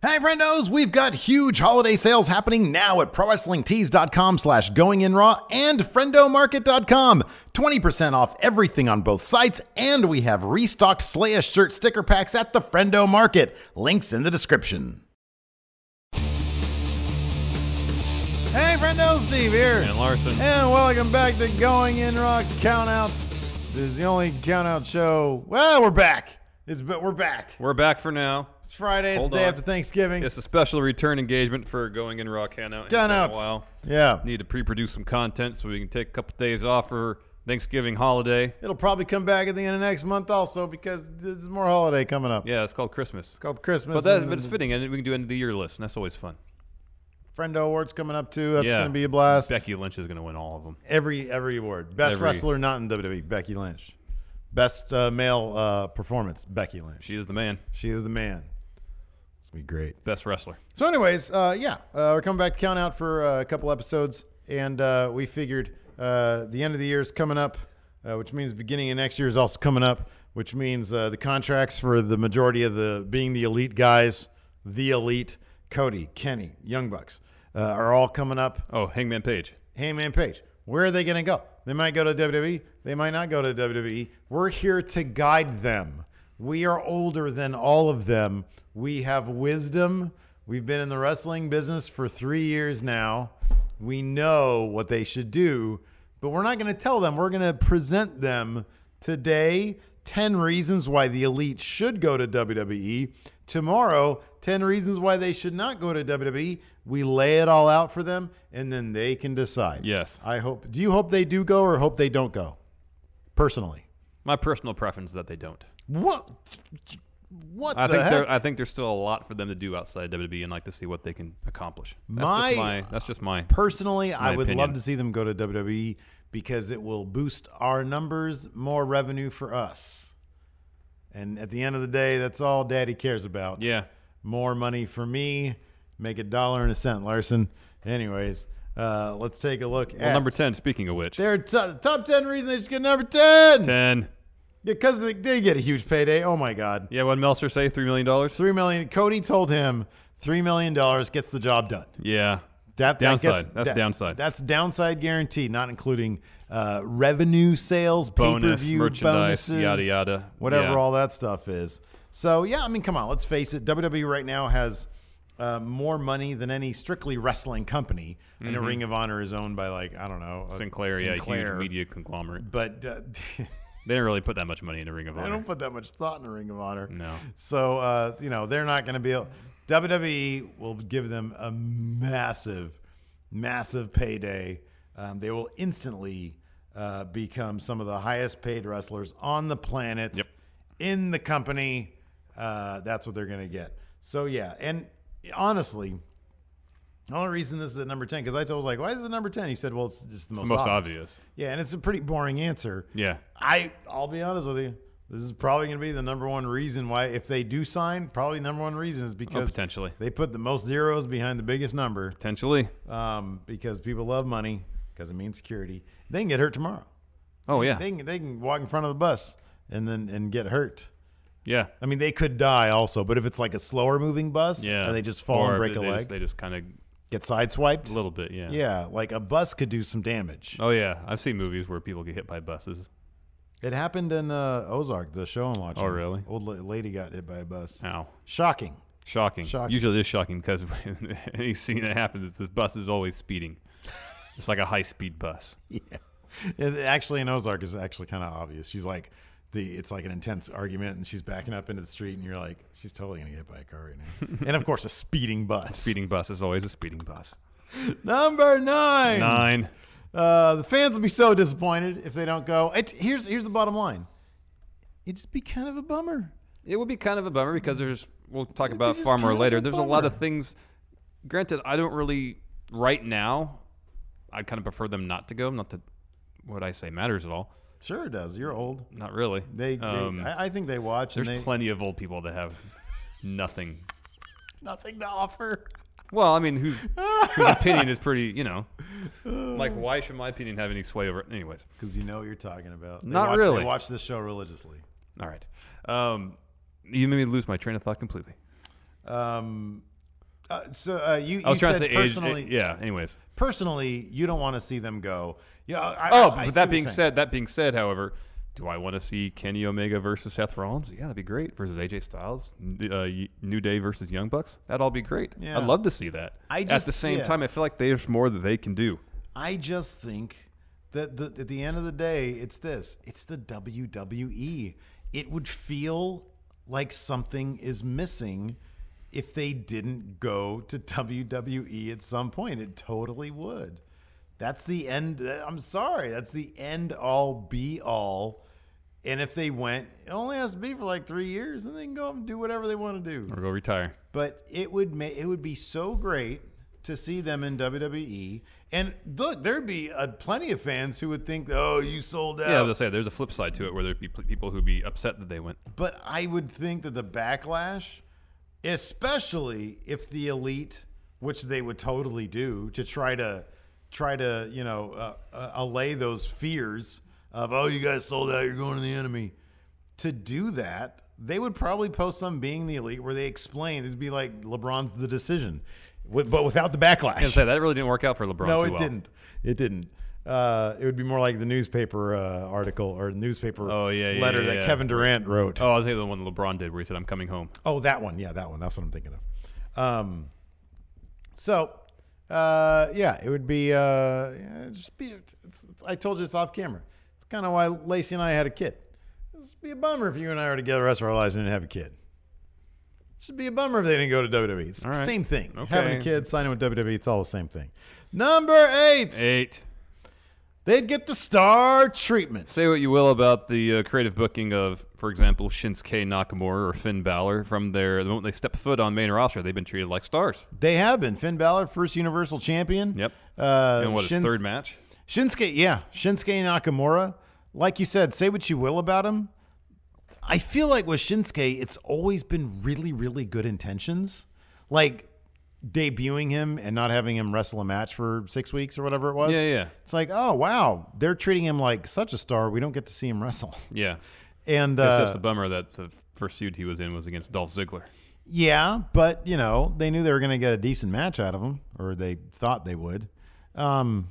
Hey friendos, we've got huge holiday sales happening now at ProWrestlingTees.com slash GoingInRaw and FriendoMarket.com. 20% off everything on both sites, and we have restocked Slayer shirt sticker packs at the Friendo Market. Links in the description. Hey friendos, Steve here. And Larson. And welcome back to Going In Rock Countout. This is the only countout show. Well, we're back. It's but we're back. We're back for now. It's Friday. It's Hold the day on. after Thanksgiving. It's a special return engagement for going in rock hangout. It's been Count a out. while. Yeah. Need to pre-produce some content so we can take a couple days off for Thanksgiving holiday. It'll probably come back at the end of next month also because there's more holiday coming up. Yeah, it's called Christmas. It's called Christmas. But that and but it's the fitting, and we can do end of the year list, and that's always fun. Friendo Awards coming up too. That's Yeah. going to be a blast. Becky Lynch is going to win all of them. Every every award. Best Every- wrestler not in WWE, Becky Lynch. Best uh, male uh, performance, Becky Lynch. She is the man, She is the man. It's going to be great. best wrestler. So, anyways, uh, yeah, uh, we're coming back to count out for uh, a couple episodes, and uh, we figured uh, the end of the year is coming up, uh, which means beginning of next year is also coming up, which means uh, the contracts for the majority of the being the elite guys, the elite, Cody, Kenny, Young Bucks, uh, are all coming up. Oh, Hangman Page. Heyman Page, where are they going to go? They might go to WWE. They might not go to WWE. We're here to guide them. We are older than all of them. We have wisdom. We've been in the wrestling business for three years now. We know what they should do, but we're not going to tell them. We're going to present them today 10 reasons why the elite should go to WWE. Tomorrow, 10 reasons why they should not go to WWE. We lay it all out for them, and then they can decide. Yes. I hope. Do you hope they do go or hope they don't go? Personally. My personal preference is that they don't. What? What I the think heck? there, I think there's still a lot for them to do outside WWE, and like to see what they can accomplish. That's My- just my that's just my Personally, I my would opinion. love to see them go to WWE because it will boost our numbers, more revenue for us. And at the end of the day, that's all daddy cares about. yeah. more money for me. Make a dollar and a cent, Larson. Anyways, uh, let's take a look Well, at number ten. Speaking of which, Their t- top ten reasons they should get number ten. ten. Because they, they get a huge payday. Oh my God, Yeah, what did Meltzer say? Three million dollars. three million. Cody told him three million dollars gets the job done. Yeah. That, that Downside. gets- That's downside. That's downside guarantee, not including uh, revenue sales, Bonus, pay-per-view merchandise, bonuses, yada, yada. whatever Yeah. all that stuff is. So yeah, I mean, come on, let's face it. WWE right now has uh, more money than any strictly wrestling company, and a Ring of Honor is owned by like I don't know uh, Mm-hmm. Sinclair, yeah, Sinclair. huge media conglomerate. But uh, They didn't really put that much money into Ring of I Honor. don't put that much thought in a Ring of Honor. No. So uh, you know they're not going to be able. WWE will give them a massive, massive payday. Um, they will instantly uh, become some of the highest paid wrestlers on the planet. Yep. In the company, uh, that's what they're going to get. So yeah, and honestly. The only reason this is at number 10, because I told was like, why is it number 10? He said, well, it's just the most, the most obvious. Yeah, and it's a pretty boring answer. Yeah. I I'll be honest with you. This is probably going to be the number one reason why if they do sign, probably number one reason is because potentially. they put the most zeros behind the biggest number Potentially. um, because people love money because it means security. They can get hurt tomorrow. Oh yeah. They can, they can walk in front of the bus and then and get hurt. yeah. I mean, they could die also, but if it's like a slower moving bus Yeah. and they just fall Or and break they a leg, Just, they just kind of get sideswiped. a little bit. Yeah. yeah, like a bus could do some damage. Oh yeah. I've seen movies where people get hit by buses. It happened in uh, Ozark, the show I'm watching. Oh, really? Old la- lady got hit by a bus. Ow. Shocking. Shocking. Shocking. Usually it is shocking because any scene that happens, the bus is always speeding. It's like a high speed bus. Yeah. It- actually, in Ozark is actually kind of obvious. She's like, the it's like an intense argument, and she's backing up into the street, and you're like, she's totally gonna get hit by a car right now. and of course, a speeding bus. Speeding bus is always a speeding bus. Number nine. Nine. Uh, the fans will be so disappointed if they don't go. It, here's here's the bottom line. It'd just be kind of a bummer. It would be kind of a bummer because there's we'll talk about just Farmer kind of later. a There's a lot bummer. of things. Granted, I don't really right now. I kind of prefer them not to go. Not that what I say matters at all. Sure it does. You're old. Not really. They, they Um, I, I think they watch and there's they plenty of old people that have nothing. nothing to offer. Well, I mean, whose whose opinion is pretty, you know, like why should my opinion have any sway over? Anyways, Because you know what you're talking about. They Not watch, really. They watch this show religiously. all right. Um, you made me lose my train of thought completely. Um, uh, so uh, you, I was you trying said to say age. personally, yeah. Anyways. personally, you don't want to see them go. Yeah. I, I- I Oh, but see what that you're being saying. said, that being said, however, do I want to see Kenny Omega versus Seth Rollins? Yeah, that'd be great. Versus AJ Styles, N- uh, Y- New Day versus Young Bucks. That'd all be great. Yeah. I'd love to see that. I at the just- same yeah. time, I feel like there's more that they can do. I just think that the, at the end of the day, it's this it's the WWE. It would feel like something is missing if they didn't go to WWE at some point. It totally would. That's the end. I'm sorry. That's the end all be all. And if they went, it only has to be for like three years, and they can go up and do whatever they want to do Or go retire. but it would ma- it would be so great to see them in WWE. And look, there'd be uh, plenty of fans who would think, "Oh, you sold out." Yeah, I was gonna say there's a flip side to it where there'd be pl- people who'd be upset that they went. but I would think that the backlash, especially if the elite, which they would totally do, to try to try to you know uh, uh, allay those fears of "Oh, you guys sold out. You're going to the enemy." to do that, they would probably post some being the elite where they explain it'd be like LeBron's the decision, with, but without the backlash. I was gonna say that really didn't work out for LeBron. no, too it well. didn't. It didn't. Uh, it would be more like the newspaper uh, article or newspaper Oh, yeah, yeah, letter yeah, that yeah. Kevin Durant wrote. Oh, I was thinking of the one LeBron did where he said, "I'm coming home." Oh, that one. Yeah, that one. That's what I'm thinking of. Um, so, uh, yeah, it would be. Uh, yeah, it'd just be. It's, it's- I told you it's off camera. It's kind of why Lacey and I had a kid. It'd just be a bummer if you and I were together the rest of our lives and didn't have a kid. It should be a bummer if they didn't go to WWE. It's the All right. same thing. Okay. Having a kid, signing with WWE, it's all the same thing. Number eight, Eight. they'd get the star treatment. Say what you will about the uh, creative booking of, for example, Shinsuke Nakamura or Finn Balor from their the moment they step foot on main roster, they've been treated like stars. They have been Finn Balor, first Universal Champion. Yep. Uh, and what his Shins- third match? Shinsuke, yeah, Shinsuke Nakamura. Like you said, say what you will about him. I feel like with Shinsuke, it's always been really, really good intentions. Like debuting him and not having him wrestle a match for six weeks or whatever it was. Yeah, yeah. It's like, oh wow, they're treating him like such a star. We don't get to see him wrestle. Yeah, And it's uh, just a bummer that the first feud he was in was against Dolph Ziggler. Yeah, but you know they knew they were going to get a decent match out of him, or they thought they would. Um,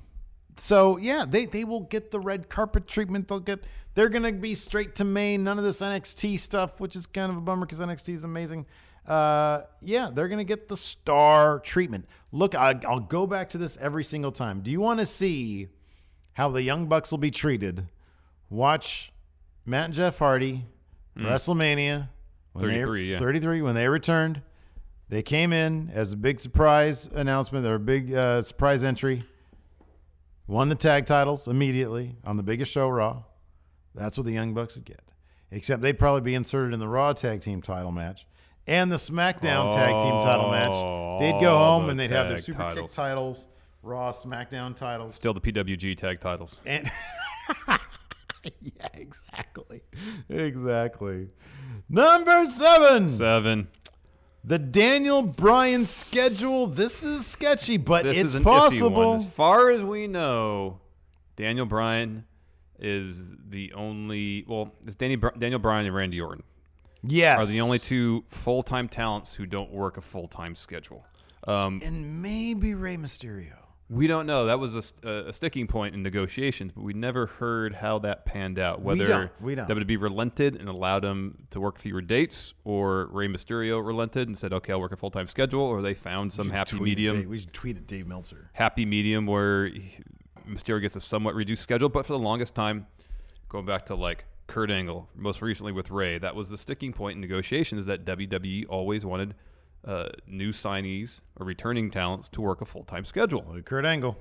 so yeah, they they will get the red carpet treatment. They'll get they're going to be straight to Maine. None of this NXT stuff, which is kind of a bummer because NXT is amazing. Uh, yeah, they're going to get the star treatment. Look, I, I'll go back to this every single time. Do you want to see how the Young Bucks will be treated? Watch Matt and Jeff Hardy WrestleMania. when they- 33, yeah. 33 when they returned they came in as a big surprise announcement or a big uh, surprise entry won the tag titles immediately on the biggest show raw that's what the young bucks would get except they'd probably be inserted in the raw tag team title match and the smackdown tag team title match they'd go Oh, home the and they'd have their tag super titles. kick titles raw smackdown titles Still the PWG tag titles. and yeah exactly exactly number Seven. the Daniel Bryan schedule. This is sketchy, but This it's is an iffy one. possible. As far as we know, Daniel Bryan is the only. Well, it's Danny, Br- Daniel Bryan and Randy Orton. Yes. are the only two full time talents who don't work a full time schedule. Um, And maybe Rey Mysterio. we don't know. That was a, st- a- a sticking point in negotiations, but we never heard how that panned out. Whether don't. We don't. WWE relented and allowed him to work fewer dates, or Rey Mysterio relented and said, "Okay, I'll work a full time schedule," or they found some happy Tweet at medium. Dave- we should tweet at Dave Meltzer. happy medium where he- Mysterio gets a somewhat reduced schedule, but for the longest time, going back to like Kurt Angle, most recently with Ray, that was the sticking point in negotiations that WWE always wanted uh, new signees or returning talents to work a full time schedule. Well, Kurt Angle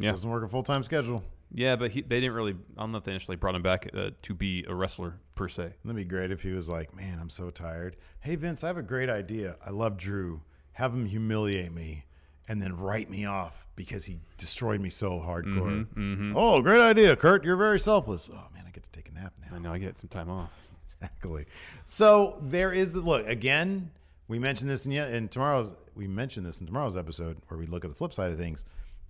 Yeah. doesn't work a full time schedule. Yeah, but he, they didn't really. I don't know if they initially brought him back uh, to be a wrestler per se. That'd be great if he was like, "Man, I'm so tired. Hey Vince, I have a great idea. I love Drew. Have him humiliate me, and then write me off because he destroyed me so hardcore. Mm-hmm, Oh, great idea, Kurt. You're very selfless. Oh man, I get to take a nap now. I know I get some time off. Exactly. So there is the look again. We mentioned this in, ye- in tomorrow's. We mentioned this in tomorrow's episode where we look at the flip side of things.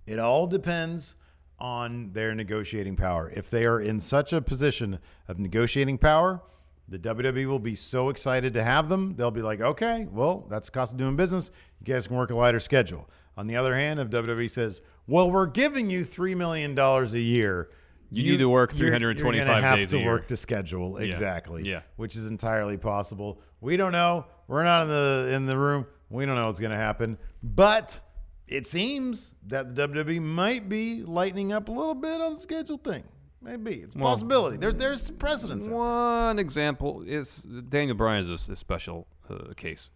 It all depends on their negotiating power. If they are in such a position of negotiating power, the WWE will be so excited to have them. They'll be like, okay, well, that's the cost of doing business. You guys can work a lighter schedule. On the other hand, if WWE says, well, we're giving you $3 million a year, You need to work you're- you're gonna 325 have days to a year. work the schedule exactly Yeah. which is entirely possible we don't know we're not in the in the room we don't know what's going to happen but it seems that the wwe might be lightening up a little bit on the schedule thing maybe it's a possibility mm. there, there's some precedence out One example is Daniel Bryan is a, a special uh, case,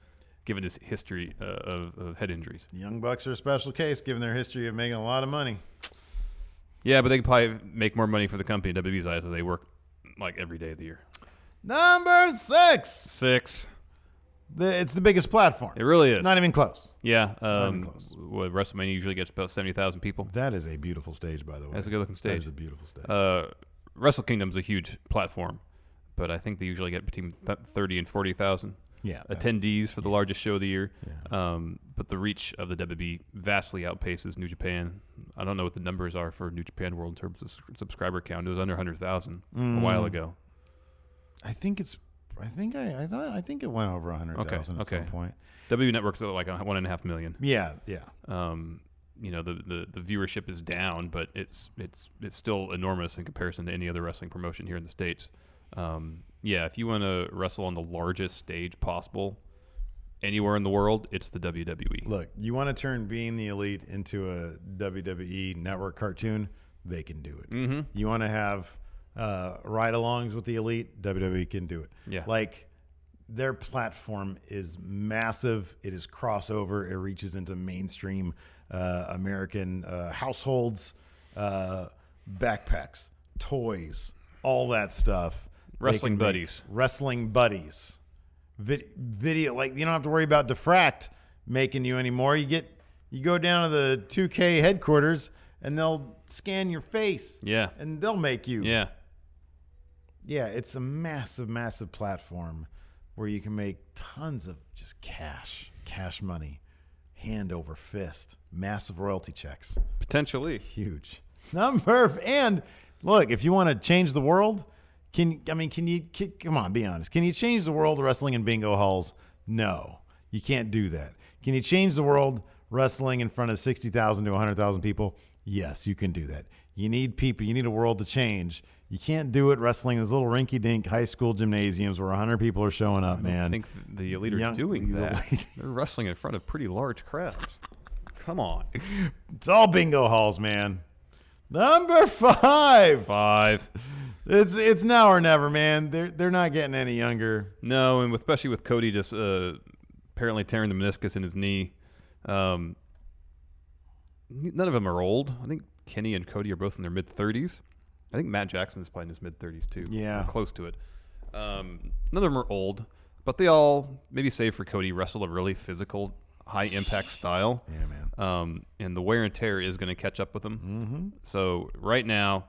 given his history uh, of, of head injuries. there. the young bucks are a special case given their history of making a lot of money Yeah, but they can probably make more money for the company in WWE's eyes if they work like every day of the year. number six Six. the, it's the biggest platform It really is. not even close yeah. even Um, close. what, WrestleMania usually gets about 70,000 people. that is a beautiful stage by the way That's a good looking that stage. is a beautiful stage Uh, Wrestle Kingdom's a huge platform, but I think they usually get between th- 30 and 40,000 Yeah, that- attendees for the largest show of the year. Um, but the reach of the WWE vastly outpaces New Japan. I don't know what the numbers are for New Japan World in terms of s- subscriber count. It was under 100,000 a Mm. while ago. I think it's. I think I, I thought I think it went over a hundred Okay, thousand at okay. some point. WWE Network's at like a one and a half million. Yeah, yeah. Um, you know the, the the viewership is down, but it's it's it's still enormous in comparison to any other wrestling promotion here in the states. Um, yeah, if you want to wrestle on the largest stage possible anywhere in the world, it's the E. WWE. Look, you want to turn being the elite into a WWE network cartoon? They can do it. Mm-hmm. You want to have uh, ride-alongs with the elite? WWE can do it. Yeah. like their platform is massive. It is crossover. It reaches into mainstream uh, American uh, households, uh, backpacks, toys, all that stuff. They Wrestling can make buddies. Wrestling buddies. Vid- video, like you don't have to worry about Diffract making you anymore. You get, you go down to the 2K headquarters and they'll scan your face. Yeah. And they'll make you. Yeah, Yeah, it's a massive, massive platform where you can make tons of just cash, cash money, hand over fist, massive royalty checks. potentially. Huge. Number f- and look, if you want to change the world, can I mean can you can, come on, be honest. Can you change the world wrestling in bingo halls? No. You can't do that. Can you change the world wrestling in front of 60,000 to 100,000 people? Yes, you can do that. You need people, you need a world to change. You can't do it wrestling in these little rinky-dink high school gymnasiums where 100 people are showing up, man. I think the elite are Young- doing the that. elite- They're wrestling in front of pretty large crowds. Come on. it's all bingo halls, man. Number 5. Five. It's it's now or never, man. They're they're not getting any younger. No, and with, especially with Cody just uh, apparently tearing the meniscus in his knee. Um, n- none of them are old. I think Kenny and Cody are both in their mid 30s. I think Matt Jackson is probably in his mid 30s too. Yeah. or close to it. Um, none of them are old, but they all, maybe save for Cody, wrestle a really physical, high impact style. Yeah, man. um, and the wear and tear is going to catch up with them. Mm-hmm. So right now,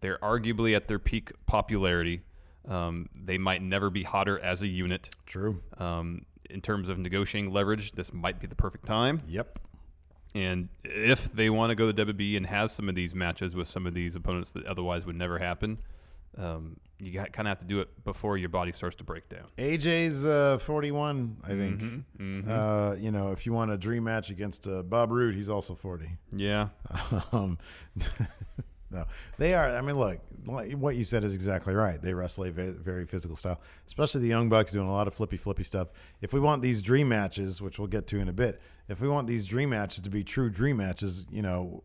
they're arguably at their peak popularity. Um, they might never be hotter as a unit. True. Um, in terms of negotiating leverage, this might be the perfect time. Yep. And if they want to go to WWE and have some of these matches with some of these opponents that otherwise would never happen, um, you got, kind of have to do it before your body starts to break down. AJ's uh, 41, I think. Uh, you know, if you want a dream match against uh, Bob Roode, he's also 40. Yeah. um, no, they are. I mean, look, like, what you said is exactly right. They wrestle a ve- very physical style, especially the Young Bucks doing a lot of flippy, flippy stuff. If we want these dream matches, which we'll get to in a bit, if we want these dream matches to be true dream matches, you know,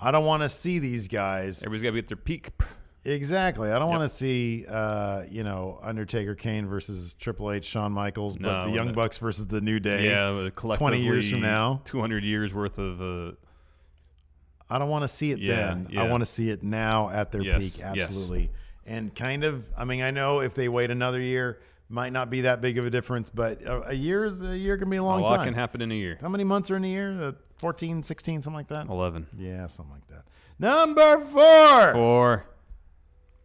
I don't want to see these guys. Everybody's got to be at their peak. Exactly. I don't want to see, uh, you know, Undertaker Kane versus Triple H, Shawn Michaels, but No, the Young no. Bucks versus the New Day. Yeah, collectively, twenty years from now. two hundred years worth of uh, I don't want to see it Yeah, then. I yeah. want to see it now at their Yes, peak. yes. Absolutely. And kind of, I mean, I know if they wait another year, might not be that big of a difference, but a, a year's a year can be a A long lot time. can happen in a year. How many months are in a year? The 14, 16, something like that? Eleven. Yeah, something like that. Number four. Four.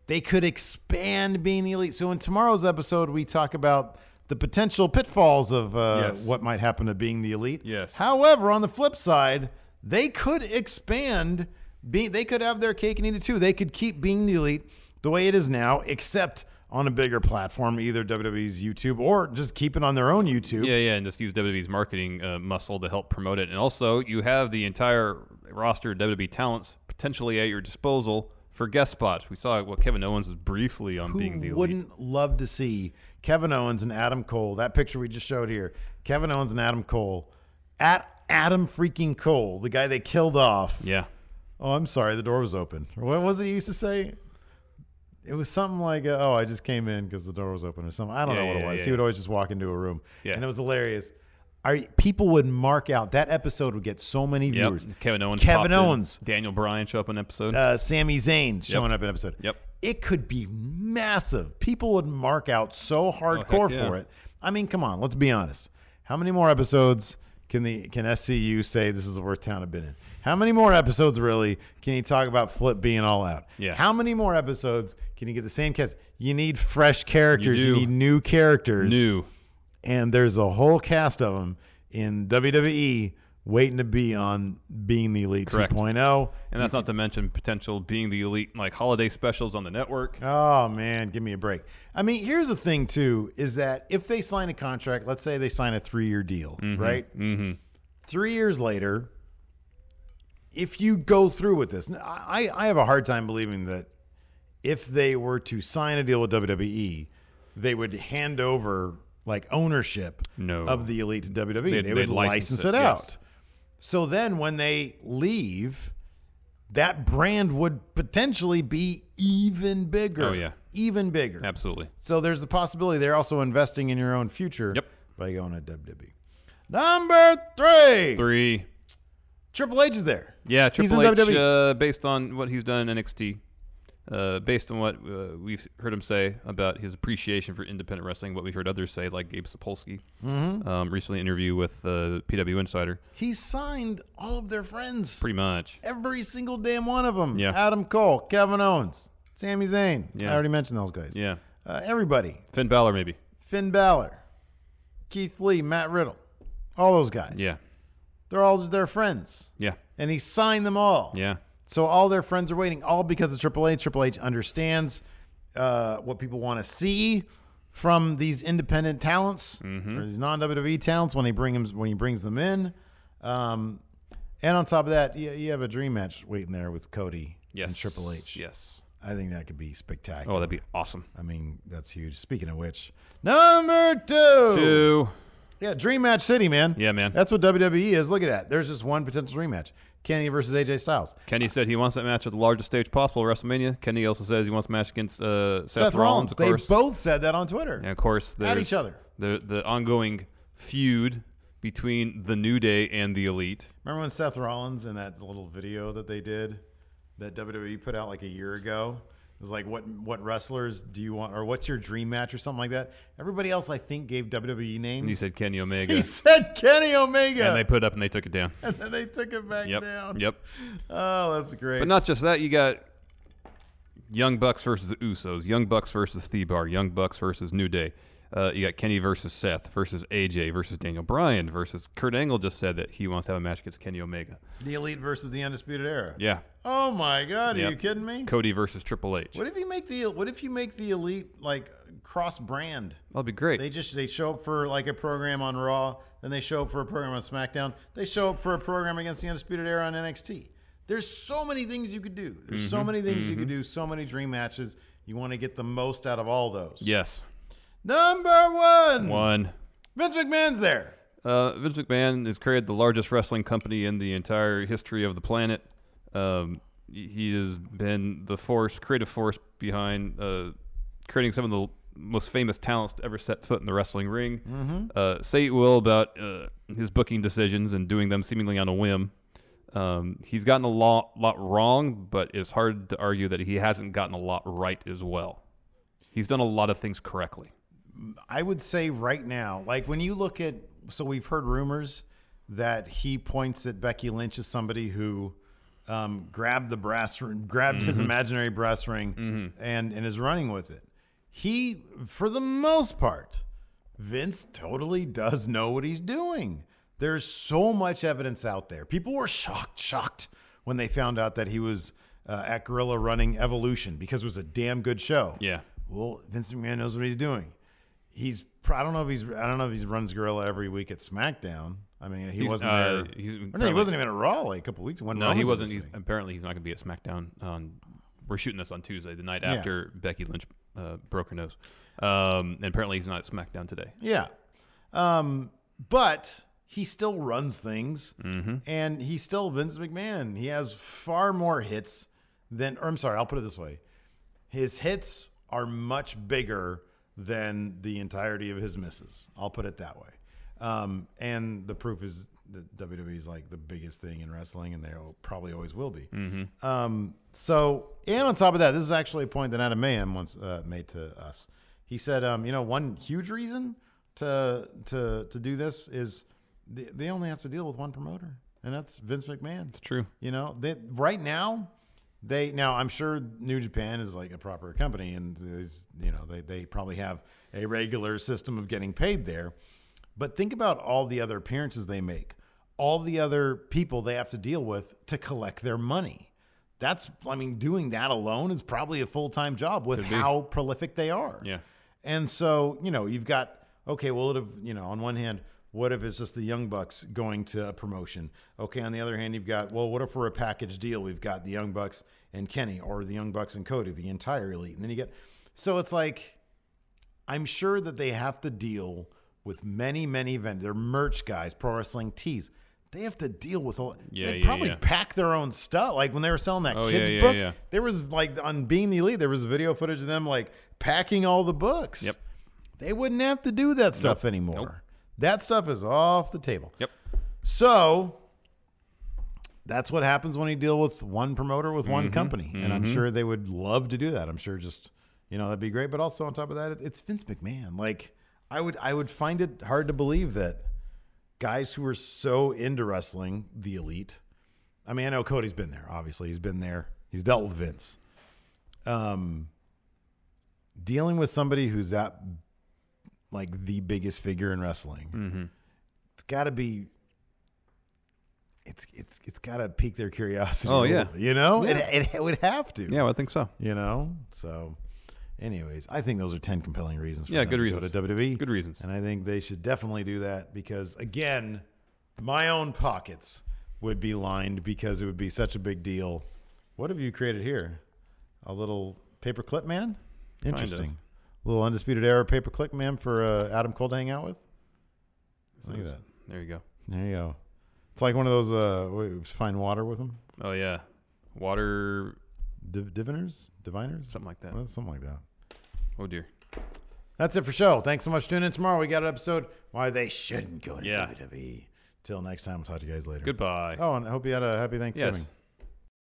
They could expand being the elite. So in tomorrow's episode, we talk about the potential pitfalls of uh, Yes. what might happen to being the elite. Yes. However, on the flip side, they could expand. Be, they could have their cake and eat it too. They could keep being the elite the way it is now, except on a bigger platform, either WWE's YouTube or just keep it on their own YouTube. Yeah, yeah, and just use WWE's marketing uh, muscle to help promote it. And also, you have the entire roster of WWE talents potentially at your disposal for guest spots. We saw what Kevin Owens was briefly on Who being the elite. wouldn't love to see Kevin Owens and Adam Cole? That picture we just showed here, Kevin Owens and Adam Cole, at Adam freaking Cole, the guy they killed off. Yeah. Oh, I'm sorry, the door was open. What was it you used to say? It was something like, uh, "Oh, I just came in because the door was open" or something. I don't Yeah, know what yeah, it was. yeah, he would yeah. always just walk into a room, Yeah. and it was hilarious. Are, people would mark out that episode would get so many Yep. viewers. Kevin Owens. Kevin popped in. Owens, Daniel Bryan show up in episode. uh, Sami Zayn showing up in episode. Yep. It could be massive. People would mark out so hardcore Oh, yeah. for it. I mean, come on, let's be honest. How many more episodes can the can SCU say this is the worst town I've been in? How many more episodes really can you talk about Flip being all out? Yeah. How many more episodes can you get the same cast? You need fresh characters. You, do. need new characters. New. And there's a whole cast of them in WWE waiting to be on being the Elite oh. Correct. 2.0. And that's not to mention potential being the elite, like holiday specials on the network. Oh man, give me a break. I mean, here's the thing too: is that if they sign a contract, let's say they sign a three-year deal, right? Mm-hmm. Three years later, if you go through with this, and I, I have a hard time believing that if they were to sign a deal with WWE, they would hand over like ownership No. of the elite to WWE. They'd- they would they'd license license, it, it, yes. out. So then, when they leave that brand would potentially be even bigger. Oh, yeah. Even bigger. Absolutely. So there's the possibility they're also investing in your own future Yep. by going to WWE. Number three. Three. Triple H is there. Yeah, He's Triple in E. H, WWE. uh, based on what he's done in NXT, uh, based on what uh, we've heard him say about his appreciation for independent wrestling, what we've heard others say, like Gabe Sapolsky, Mm-hmm. um, recently interview with uh, PW Insider, he signed all of their friends. pretty much. Every single damn one of them. Yeah. Adam Cole, Kevin Owens, Sami Zayn. Yeah. I already mentioned those guys. Yeah, Uh, everybody. Finn Balor maybe. Finn Balor, Keith Lee, Matt Riddle. All those guys. Yeah, They're all just their friends. yeah, and he signed them all. yeah. So all their friends are waiting, all because of Triple H. Triple H understands uh, what people want to see from these independent talents, Mm-hmm. or these non WWE talents when he bring him, when he brings them in. Um, and on top of that, you, you have a dream match waiting there with Cody Yes. and Triple H. Yes. I think that could be spectacular. Oh, that'd be awesome. I mean, that's huge. Speaking of which, number two. Two. Yeah, Dream Match City, man. Yeah, man. That's what WWE is. Look at that. There's just one potential rematch. Kenny versus AJ Styles. Kenny said he wants that match at the largest stage possible, WrestleMania. Kenny also says he wants a match against uh, Seth, Seth Rollins. of They course. both said that on Twitter. And of course, there's each other. The the ongoing feud between the New Day and the Elite. Remember when Seth Rollins in that little video that they did that WWE put out like a year ago? It was like, what what wrestlers do you want, or what's your dream match, or something like that? Everybody else, I think, gave WWE names. And he said Kenny Omega, He said Kenny Omega, and they put it up and they took it down. and then they took it back Yep. down. Yep. Oh, that's great. But not just that. You got Young Bucks versus the Usos. Young Bucks versus Thebar. Young Bucks versus New Day. Uh, you got Kenny versus Seth versus AJ versus Daniel Bryan versus Kurt Angle just said that he wants to have a match against Kenny Omega. the Elite versus the Undisputed Era. Yeah. Oh my God, are Yep. you kidding me? Cody versus Triple H. What if you make the What if you make the Elite like cross brand? That'd be great. They just they show up for like a program on Raw, then they show up for a program on SmackDown. They show up for a program against the Undisputed Era on NXT. There's so many things you could do. There's so many things you could do. So many dream matches. You want to get the most out of all those. yes. Number one, One. Vince McMahon's there. Uh, Vince McMahon has created the largest wrestling company in the entire history of the planet. Um, he- he has been the force, creative force behind uh, creating some of the most famous talents to ever set foot in the wrestling ring. Uh, say it will about uh, his booking decisions and doing them seemingly on a whim. Um, he's gotten a lot, lot wrong, but it's hard to argue that he hasn't gotten a lot right as well. He's done a lot of things correctly. I would say right now, like when you look at, so we've heard rumors that he points at Becky Lynch as somebody who um, grabbed the brass, grabbed his imaginary brass ring, and and is running with it. He, for the most part, Vince totally does know what he's doing. There's so much evidence out there. People were shocked, shocked when they found out that he was uh, at Gorilla Running Evolution because it was a damn good show. Yeah. Well, Vince McMahon knows what he's doing. He's pr- I don't know if he's I don't know if he runs Gorilla every week at SmackDown. I mean, he He's- wasn't uh, there. he's or no, he probably- wasn't even at Raw like a couple weeks. When No, Roman he did wasn't. this He's, thing. apparently, he's not going to be at SmackDown. On we're shooting this on Tuesday, the night after Becky Lynch uh, broke her nose, um, and apparently he's not at SmackDown today. Yeah. Um, but he still runs things Mm-hmm. and he's still Vince McMahon. He has far more hits than, or I'm sorry, I'll put it this way. His hits are much bigger than the entirety of his misses. I'll put it that way. Um, and the proof is that WWE is like the biggest thing in wrestling and they will- probably always will be. Um, so, and on top of that, this is actually a point that Adam Mayhem once uh, made to us. He said, um, you know, one huge reason to to to do this is they, they only have to deal with one promoter, and that's Vince McMahon. It's true. You know, they, right now, they now I'm sure New Japan is like a proper company, and is- you know they they probably have a regular system of getting paid there. But think about all the other appearances they make, all the other people they have to deal with to collect their money. That's, I mean, doing that alone is probably a full time job with how prolific they are. Yeah. And so, you know, you've got, okay, well, it have, you know, on one hand, what if it's just the Young Bucks going to a promotion? Okay, on the other hand, you've got, well, what if we're a package deal? We've got the Young Bucks and Kenny or the Young Bucks and Cody, the entire elite. And then you get, so it's like, I'm sure that they have to deal with many, many vendors, They're merch guys, pro wrestling tees. They have to deal with all. Yeah, they yeah, probably yeah. pack their own stuff. Like when they were selling that Oh, kids yeah, yeah, book, yeah. there was like on Being the Elite, there was video footage of them like packing all the books. Yep. They wouldn't have to do that stuff anymore. Nope. That stuff is off the table. Yep. So that's what happens when you deal with one promoter with Mm-hmm. one company. And I'm sure they would love to do that. I'm sure just, you know, that'd be great. But also on top of that, it- it's Vince McMahon. Like I would I would find it hard to believe that guys who are so into wrestling, the elite. I mean, I know Cody's been there, obviously. He's been there. He's dealt with Vince. Um dealing with somebody who's that like the biggest figure in wrestling. Mm-hmm. It's got to be it's it's it's got to pique their curiosity. a Oh, little yeah. bit, you know It, it would have to. Yeah, well, I think so. you know. So, anyways, I think those are ten compelling reasons. For Yeah, them good to go reasons. to E. WWE. Good reasons. and I think they should definitely do that because again, my own pockets would be lined because it would be such a big deal. What have you created here? A little paperclip man. Interesting. Little undisputed era paperclip man for uh, Adam Cole to hang out with. Look at that. There you go. There you go. It's like one of those uh, what, you find water with them. Oh yeah, water, Div- diviners, diviners, something like that. Well, something like that. Oh dear. That's it for show. Thanks so much for tuning in tomorrow. We got an episode why they shouldn't go to Yeah. WWE. Till next time, we'll talk to you guys later. Goodbye. Oh, and I hope you had a happy Thanksgiving. yes.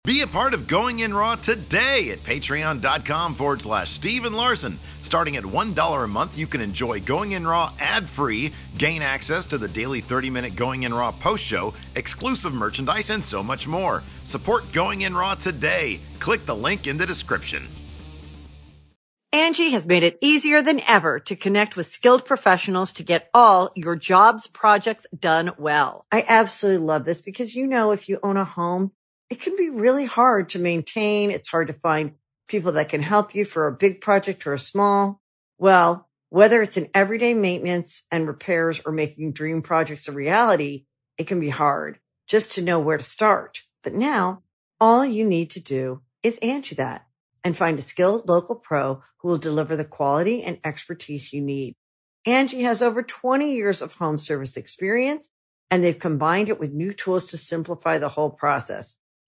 Be a part of Going In Raw today at patreon.com forward slash Steven Larson. Starting at $1 a month, you can enjoy Going In Raw ad free, gain access to the daily 30 minute Going In Raw post show, exclusive merchandise, and so much more. Support Going In Raw today. Click the link in the description. Angie has made it easier than ever to connect with skilled professionals to get all your jobs projects done well. I absolutely love this because you know, if you own a home, it can be really hard to maintain. It's hard to find people that can help you for a big project or a small. Well, whether it's in everyday maintenance and repairs or making dream projects a reality, it can be hard just to know where to start. But now all you need to do is Angie that and find a skilled local pro who will deliver the quality and expertise you need. Angie has over 20 years of home service experience and they've combined it with new tools to simplify the whole process.